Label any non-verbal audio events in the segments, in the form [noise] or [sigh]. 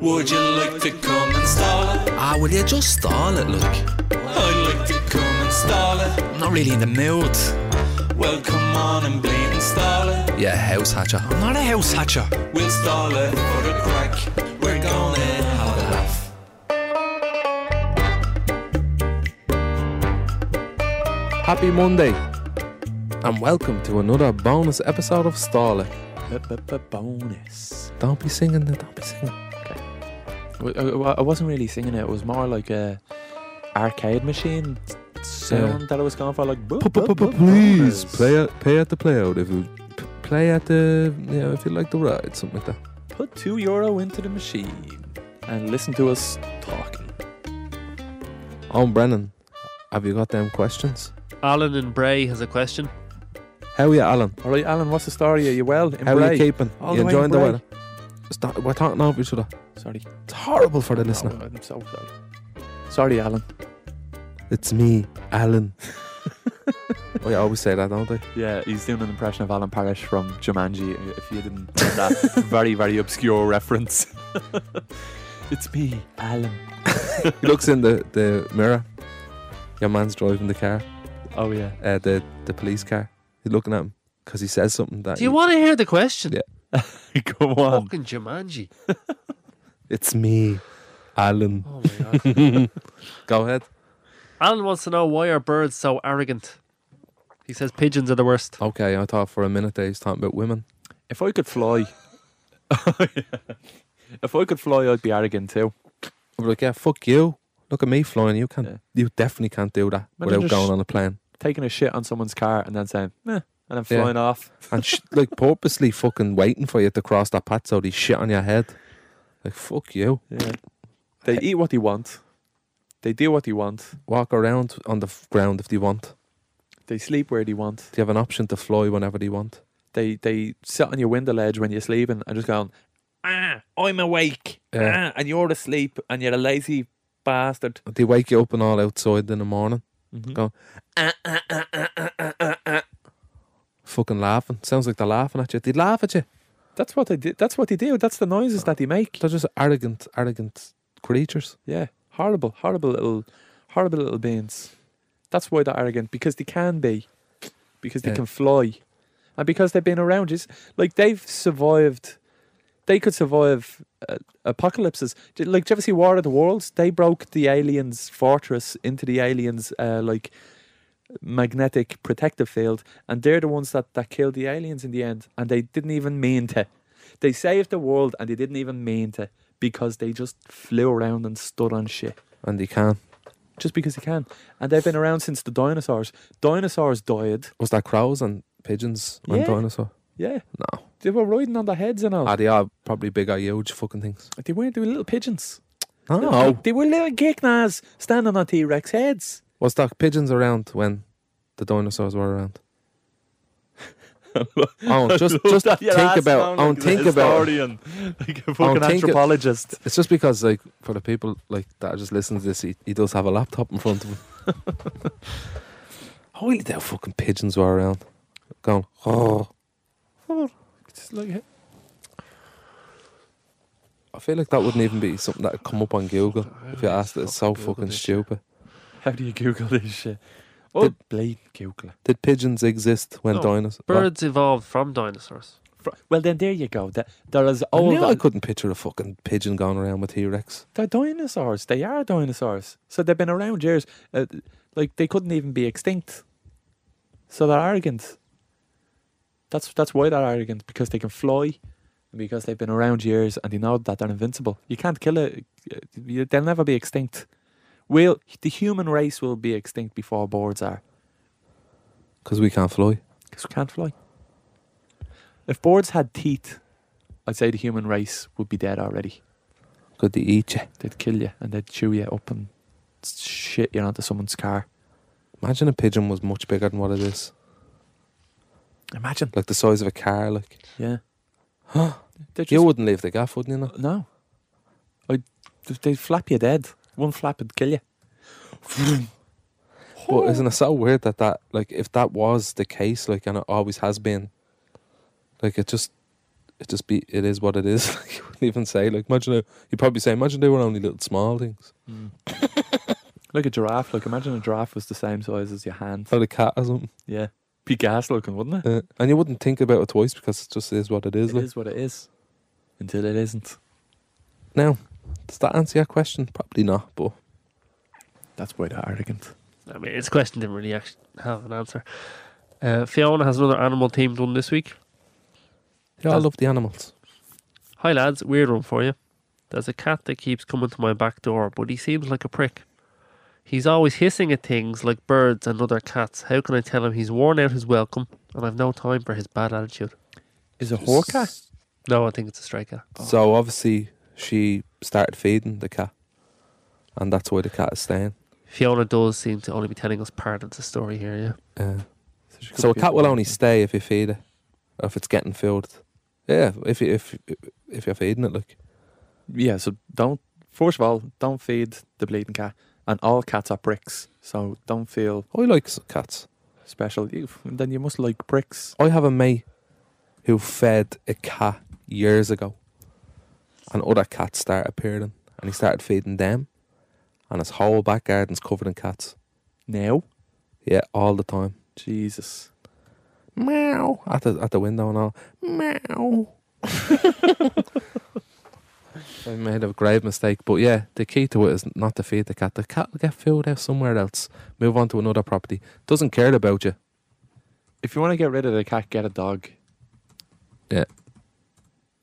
Would you like to come and stall it? Ah, will you just stall it, look? I'd like to come and stall it. I'm not really in the mood. Well, come on and bleed and stall it. Yeah, house hatcher. I'm not a house hatcher. We'll stall it for a crack. We're gonna have a laugh. Happy Monday, and welcome to another bonus episode of Starlet. Bonus. Don't be singing, that, don't be singing. I, I- I wasn't really singing it. It was more like a arcade machine sound that I was going for, like. bu- bu- bu- Please bonus. play at, pay at the playout if you p- play at the you know if you like the ride, something like that. Put two euro into the machine and listen to us talking. Oh, Brennan, have you got them questions? Alan and Bray has a question. How are you, Alan? All right, Alan, what's the story? Are you well? In How are Bray? you keeping? All you the way in enjoying the Bray. weather? Stop, we're talking over each other. Sorry. It's horrible for the No, listener. I'm so sorry. Sorry, Alan. It's me, [laughs] Alan. Oh, I always say that, don't I? Yeah, he's doing an impression of Alan Parrish from Jumanji. If you didn't get that [laughs] very, very obscure reference, [laughs] it's me, Alan. He looks in the, the mirror. Your man's driving the car. Oh yeah. [laughs] uh, the the police car. He's looking at him because he says something that Do you he- want to hear the question? Yeah. Come on. Fucking Jumanji. it's me, Alan. Oh my god. Go ahead. [laughs] Alan wants to know why are birds so arrogant? He says pigeons are the worst. Okay, I thought for a minute there he's talking about women. If I could fly, [laughs] if I could fly, I'd be arrogant too. I'm like, yeah, fuck you. Look at me flying. You can't. Yeah. You definitely can't do that without Imagine just- going on a [laughs] plane Taking a shit on someone's car and then saying, "Meh," and then Yeah. flying off. and sh- like purposely fucking waiting for you to cross that path so they shit on your head. Like fuck you. Yeah. They eat what they want. They do what they want. Walk around on the f- ground if they want. They sleep where they want. Do you have an option to fly whenever they want? They they sit on your window ledge when you're sleeping and just going, "Ah, I'm awake," Yeah. ah, and you're asleep, and you're a lazy bastard. They wake you up and all outside in the morning. Mhm. Go. "Ah, Fucking laughing. Sounds like they're laughing at you. They laugh at you. That's what they do. That's what they do. That's the noises that they make. They're just arrogant, arrogant creatures. Yeah, horrible, horrible little, horrible little beings. That's why they're arrogant because they can be, because they Yeah. can fly, and because they've been around. Just like they've survived, they could survive uh, apocalypses. J- Like, do you ever see War of the Worlds? They broke the aliens' fortress into the aliens' uh, like magnetic protective field, and they're the ones that that killed the aliens in the end, and they didn't even mean to. They saved the world, and they didn't even mean to because they just flew around and stood on shit And they can. just because they can. And they've been around since the dinosaurs. Dinosaurs died. Was that crows and pigeons and Yeah. dinosaur? Yeah. No. They were riding on their heads and all. Ah, they are probably big or huge fucking things. they weren't, they were little pigeons. No. They were little geeknas standing on T Rex heads. Was that pigeons around when the dinosaurs were around? oh, just [laughs] just think about oh, think about it. Like fucking a fucking think it- [laughs] anthropologist. It's just because like for the people like that are just listening to this, he, he does have a laptop in front of him. Holy damn fucking pigeons were around. Going, oh. Just like it. I feel like that wouldn't even be something that would come up on Google if you asked it. It's so fucking stupid. How do you Google this shit? Oh, Did- blade Google. Did pigeons exist when No, dinosaurs? Birds evolved from dinosaurs. Well, then there you go. That they're as I old. knew I as- couldn't picture a fucking pigeon going around with T Rex. They're dinosaurs. They are dinosaurs. So they've been around years. Uh, like they couldn't even be extinct. So they're arrogant. That's that's why they're arrogant because they can fly, and because they've been around years and they know that they're invincible. You can't kill it. They'll never be extinct. Will the human race will be extinct before birds are? Because we can't fly. Because we can't fly. If birds had teeth, I'd say the human race would be dead already. Could they eat you? They'd kill you and they'd chew you up and shit you onto someone's car. Imagine a pigeon was much bigger than what it is. Imagine. Like the size of a car. Like Yeah. They're just, You wouldn't leave the gaff, wouldn't you? Know? no. I, they'd flap you dead. One flap [laughs] would kill you. But isn't it so weird that that, like, if that was the case, like, and it always has been, like, it just, it just be it is what it is. [laughs] Like you wouldn't even say like imagine you would probably say imagine they were only little small things. Hmm. Like a giraffe. Like imagine a giraffe was the same size as your hand. Or a cat or [laughs] something. Yeah. Be gas looking, wouldn't it? Uh, and you wouldn't think about it twice because it just is what it is. It like. is what it is. Until it isn't. Now, does that answer your question? Probably not, but That's way they're arrogant. I mean, this question didn't really actually have an answer. Uh, Fiona has another animal themed one this week. they all Does- love the animals. Hi lads, weird one for you. There's a cat that keeps coming to my back door, but he seems like a prick. He's always hissing at things like birds and other cats. How can I tell him he's worn out his welcome and I've no time for his bad attitude? Is a horka? No, I think it's a stray cat. Oh. So obviously she started feeding the cat, and that's why the cat is staying. Fiona does seem to only be telling us part of the story here, yeah. Uh, she could so a be cat will horka. only stay if you feed it, or if it's getting filled. Yeah, if you- if if you're feeding it, like Yeah, so don't. First of all, don't feed the bleeding cat. And all cats are pricks, so don't feel I like s- cats. special. You, then you must like pricks. I have a mate who fed a cat years ago, and other cats started appearing, and he started feeding them, and his whole back garden's covered in cats. Now, Yeah, all the time. Jesus, Meow at the at the window and all. Meow. [laughs] I made a grave mistake, but yeah, the key to it is not to feed the cat. The cat will get filled out somewhere else. Move on to another property. Doesn't care about you. if you want to get rid of the cat, get a dog.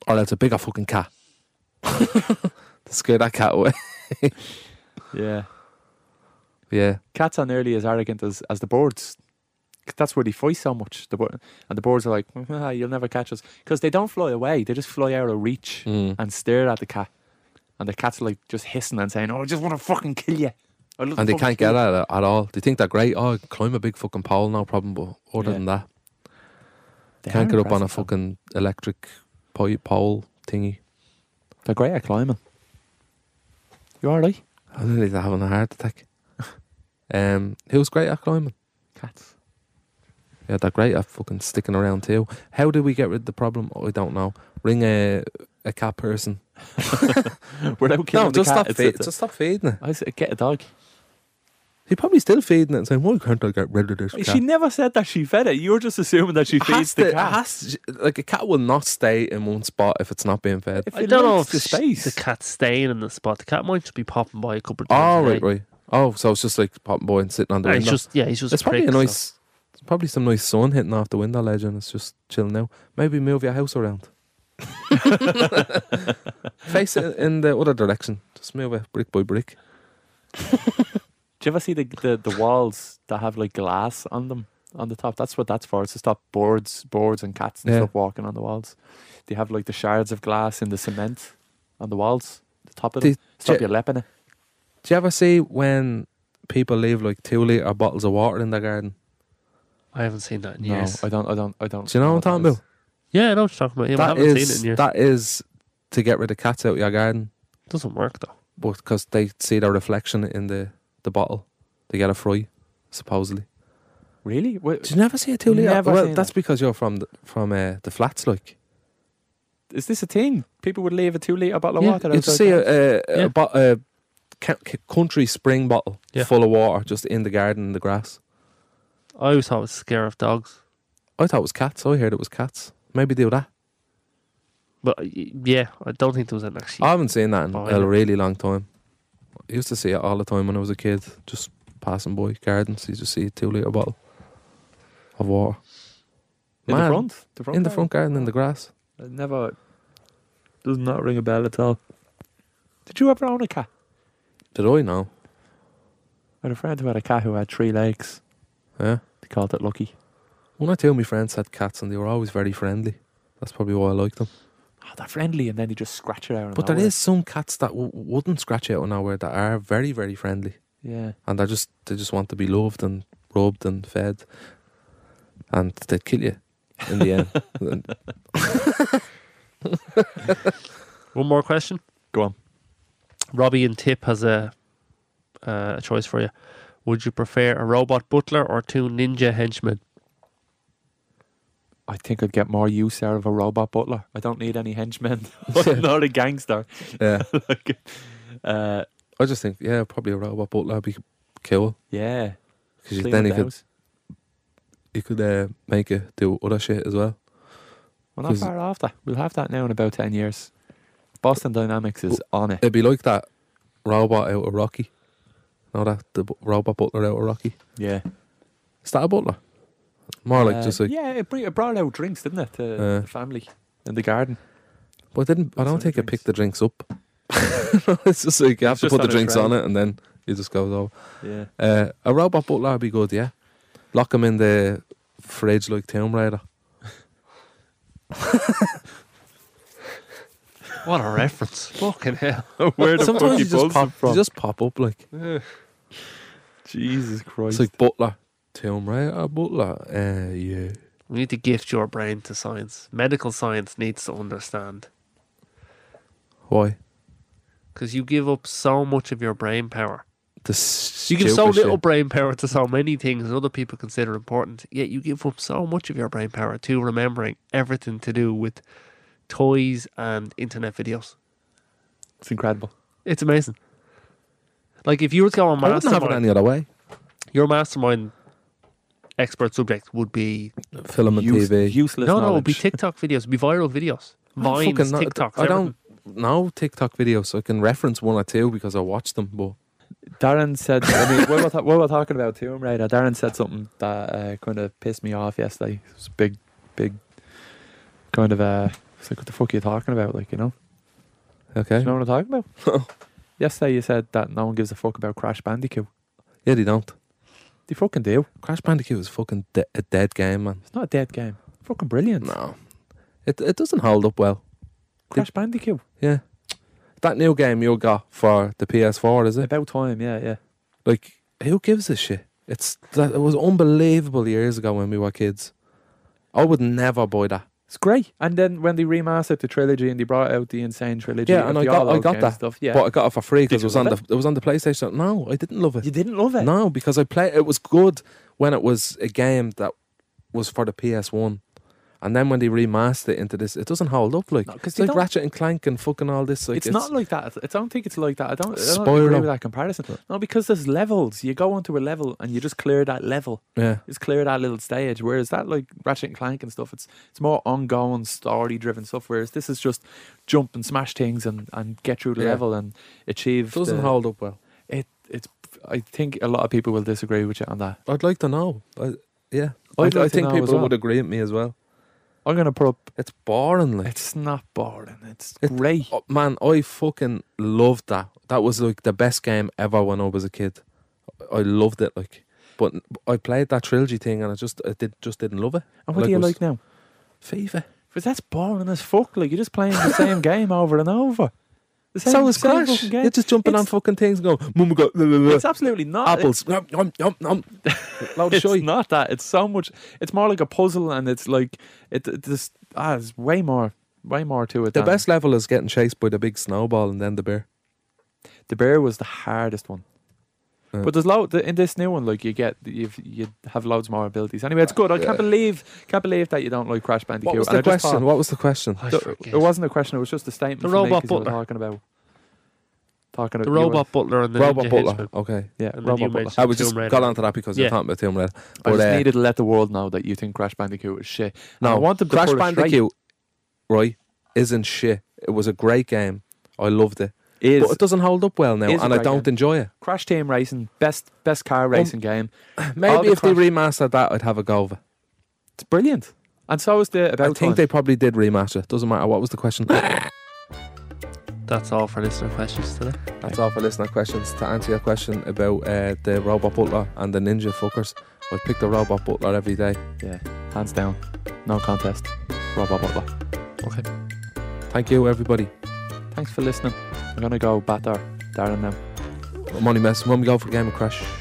Or else a bigger fucking cat. [laughs] to scare that cat away. [laughs] Yeah, Yeah. cats are nearly as arrogant as as the birds. 'Cause That's where they fight so much. The bir- and the birds are like, "Ah, you'll never catch us, because they don't fly away. They just fly out of reach Hmm. and stare at the cat, and the cat's like just hissing and saying, "Oh, I just want to fucking kill you." I love to And they fucking can't get kill you." at it at all. They think they're great. Oh, climb a big fucking pole, no problem. But other Yeah. than that, They can't are get up on a impressive, though. fucking electric po- pole thingy. They're great at climbing. You alright? I nearly was having a heart attack. [laughs] Um, he was great at climbing. [laughs] Cats. Yeah, they're great at fucking sticking around too. How did we get rid of the problem? I don't know. Ring a a cat [laughs] person. Without killing the cat, it's- feed- it's- just stop feeding it. I said, get a dog. He probably still feeding it and saying, "Why can't I get rid of this cat?" She never said that she fed it. You're just assuming that she It has feeds the to- it cat. has to- like a cat will not stay in one spot if it's not being fed. If I it don't know likes if the sh- space. the cat's staying in the spot. The cat might just be popping by a couple Oh of times. a right, day. right. Oh, so it's just like popping boy and sitting on the And window. It's just, yeah, he's just It's a probably prick, a so- nice, it's probably some nice sun hitting off the window ledge, and it's just chilling out. Maybe move your house around. Face it in the other direction. Just move it brick by brick. Do you ever see the, the, the walls that have like glass on them on the top? That's what that's for. It's to stop birds, birds and cats and Yeah. stuff walking on the walls. They have like the shards of glass in the cement on the walls, the top of Did them. Stop you- your lepping it. Do you ever see when people leave like two liter bottles of water in their garden? I haven't seen that in years. No, I don't. I don't. I don't. Do you know what I'm that talking is. yeah, I know what you're talking about. Yeah, but I that haven't is seen it in years. that is to get rid of cats out of your garden, doesn't work, though. because they see their reflection in the the bottle. They get a fry, supposedly. Really? Wait, Do you never see a two liter? Never Well, seen that's it. because you're from the, from uh, the flats, like. is this a thing? People would leave a two liter bottle of Yeah, water. You outside just see uh, their house? a, a, a, Yeah. bo- a ca- ca- country spring bottle Yeah. full of water just in the garden in the grass. I always thought it was scare of dogs. I thought it was cats. I heard it was cats. Maybe do that. But uh, y- yeah, I don't think there was an actually. I haven't seen that in Oh, a yeah. really long time. I used to see it all the time when I was a kid, just passing by gardens. You just see a two litre bottle of water. in the Man, front. The front In the garden? front garden, in the grass. It never does not ring a bell at all. Did you ever own a cat? Did I know? I had a friend who had a cat who had three legs. Yeah. They called it Lucky. One or two of my friends had cats and they were always very friendly. That's probably why I liked them. Oh, they're friendly, and then they just scratch it out. But there is some cats that w- wouldn't scratch out of nowhere that are very, very friendly. yeah. and they just they just want to be loved and rubbed and fed, and they'd kill you in the [laughs] end. And One more question. Go on. Robbie and Tip has a uh, a choice for you. Would you prefer a robot butler or two ninja henchmen? I think I'd get more use out of a robot butler. I don't need any [laughs] henchmen. [laughs] I'm not a gangster. [laughs] Yeah, like, uh, I just think yeah, probably a robot butler would be cool yeah. because clean then you the could house. you could uh, make it do other shit as well. We're not 'cause- far off that. We'll have that now in about 10 years. Boston Dynamics is on it. It'd be like that robot out of Rocky. Know that the bu- robot butler out of Rocky. Yeah. Is that a butler? More like Uh, just like. yeah, it, bring, it brought out drinks, didn't it, to Uh. the family in the garden? But I didn't. I That's don't how the think it drinks- picked the drinks up. [laughs] it's just like you have It's to just put the on a drinks tray. on it, and then it just goes over. Yeah. Uh, a robot butler would be good, yeah. Lock him in the fridge like Tomb Raider. What a reference. Fucking hell. [laughs] Where the fuck Sometimes he you just pulls them pop, from? you just pop up like Jesus Christ. it's like butler, Tomb Raider, butler. Uh, yeah, We need to gift your brain to science. Medical science needs to understand. why? Because you give up so much of your brain power. The You give so stupid little shit. brain power to so many things that other people consider important, yet you give up so much of your brain power to remembering everything to do with toys and internet videos. it's incredible. It's amazing. Like if you were to go on I wouldn't have it mastermind, any other way. your mastermind expert subject would be Film and Use- TV. Useless no, no, it would be knowledge. TikTok videos, it'd be viral videos, I don't fucking vines, know- TikToks. I don't know TikTok videos, so I can reference one or two because I watch them. But Darren said, I mean, we were, ta- we were talking about Tomb Raider. uh, Darren said something that uh, kind of pissed me off yesterday. It was a big, big kind of Uh, it's like, what the fuck are you talking about? Like, you know? Do okay, you know what I'm talking about? [laughs] yesterday you said that no one gives a fuck about Crash Bandicoot. yeah, they don't. They fucking do. Crash Bandicoot is fucking de- a dead game, man. It's not a dead game. Fucking brilliant. No, it it doesn't hold up well. Crash Bandicoot. Yeah. That new game you got for the PS4, is it? About time, yeah, yeah. Like, who gives a shit? It's that it was unbelievable years ago when we were kids. I would never buy that. It's great. And then when they remastered the trilogy and they brought out the insane trilogy, Yeah, and of I the got- all I those got games and that. Stuff. Yeah, But I got it for free Did because you it was on love the it was on the PlayStation. No, I didn't love it. you didn't love it. No, because I play it was good when it was a game that was for the PS1. And then when they remastered it into this, it doesn't hold up like No, 'cause it's they like don't- Ratchet and Clank and fucking all this. Like it's, not like that. I don't think it's like that. I don't, I don't agree Spyro. with that comparison. No, because there's levels. You go onto a level and you just clear that level. yeah. It's clear that little stage. Whereas that like Ratchet and Clank and stuff, it's it's more ongoing story driven stuff. Whereas this is just jump and smash things and, and get through the Yeah. level and achieve. It doesn't the- hold up well. It it's. I think a lot of people will disagree with you on that. I'd like to know. I, yeah, I'd I, like I to think know as people well. would agree with me as well. I'm gonna put up. It's boring, like It's not boring. It's It- great. oh, man. I fucking loved that. That was like the best game ever when I was a kid. I loved it, like. But I played that trilogy thing, and I just I did just didn't love it. And what like do you was- like now? FIFA. Because that's boring as fuck. Like you're just playing the [laughs] same game over and over. The same, So is same Crash. fucking game. You're just jumping on It's- fucking things, and going mum got blah, blah, blah, It's absolutely not. apples. Nom, nom, nom, [laughs] nom. Loud It's, shy. it's not that. It's so much. It's more like a puzzle, and it's like it. it just ah, it's way more, way more to it. The than- best level is getting chased by the big snowball and then the bear. The bear was the hardest one. Yeah. But there's load in this new one. Like you get, you you have loads more abilities. Anyway, it's good. I Yeah. can't believe, can't believe that you don't like Crash Bandicoot. What was And the I just question? thought- What was the question? I th- forget. it wasn't a question. It was just a statement. The for me robot 'cause you were butler. talking about talking The about you were- robot butler and the Robot ninja Butler. henchman. Okay. Yeah, And then you robot butler. mentioned I was Tomb just Raider. got onto that because Yeah. you're talking about Tomb Raider. I just uh, needed to let the world know that you think Crash Bandicoot is shit. No, I want them to Crash put it straight. Bandicoot, right, isn't shit. It was a great game. I loved it, is but it doesn't hold up well now, is a and I great don't game. enjoy it. [sighs] Crash Team Racing best best car Um, racing game. Maybe the if they Crash- remastered that, I'd have a go. Over. It's brilliant. And so is the I about. think they probably did remaster. it. Doesn't matter. What was the [laughs] question? That's all for listener questions today. That's all for listener questions. To answer your question about uh, the robot butler and the ninja fuckers, I pick the robot butler every day. they yeah hands down, no contest. Robot Butler. Okay. Thank you, everybody. Thanks for listening. I'm gonna go batter Darren now. I'm only messing. When we go for a game of Crash.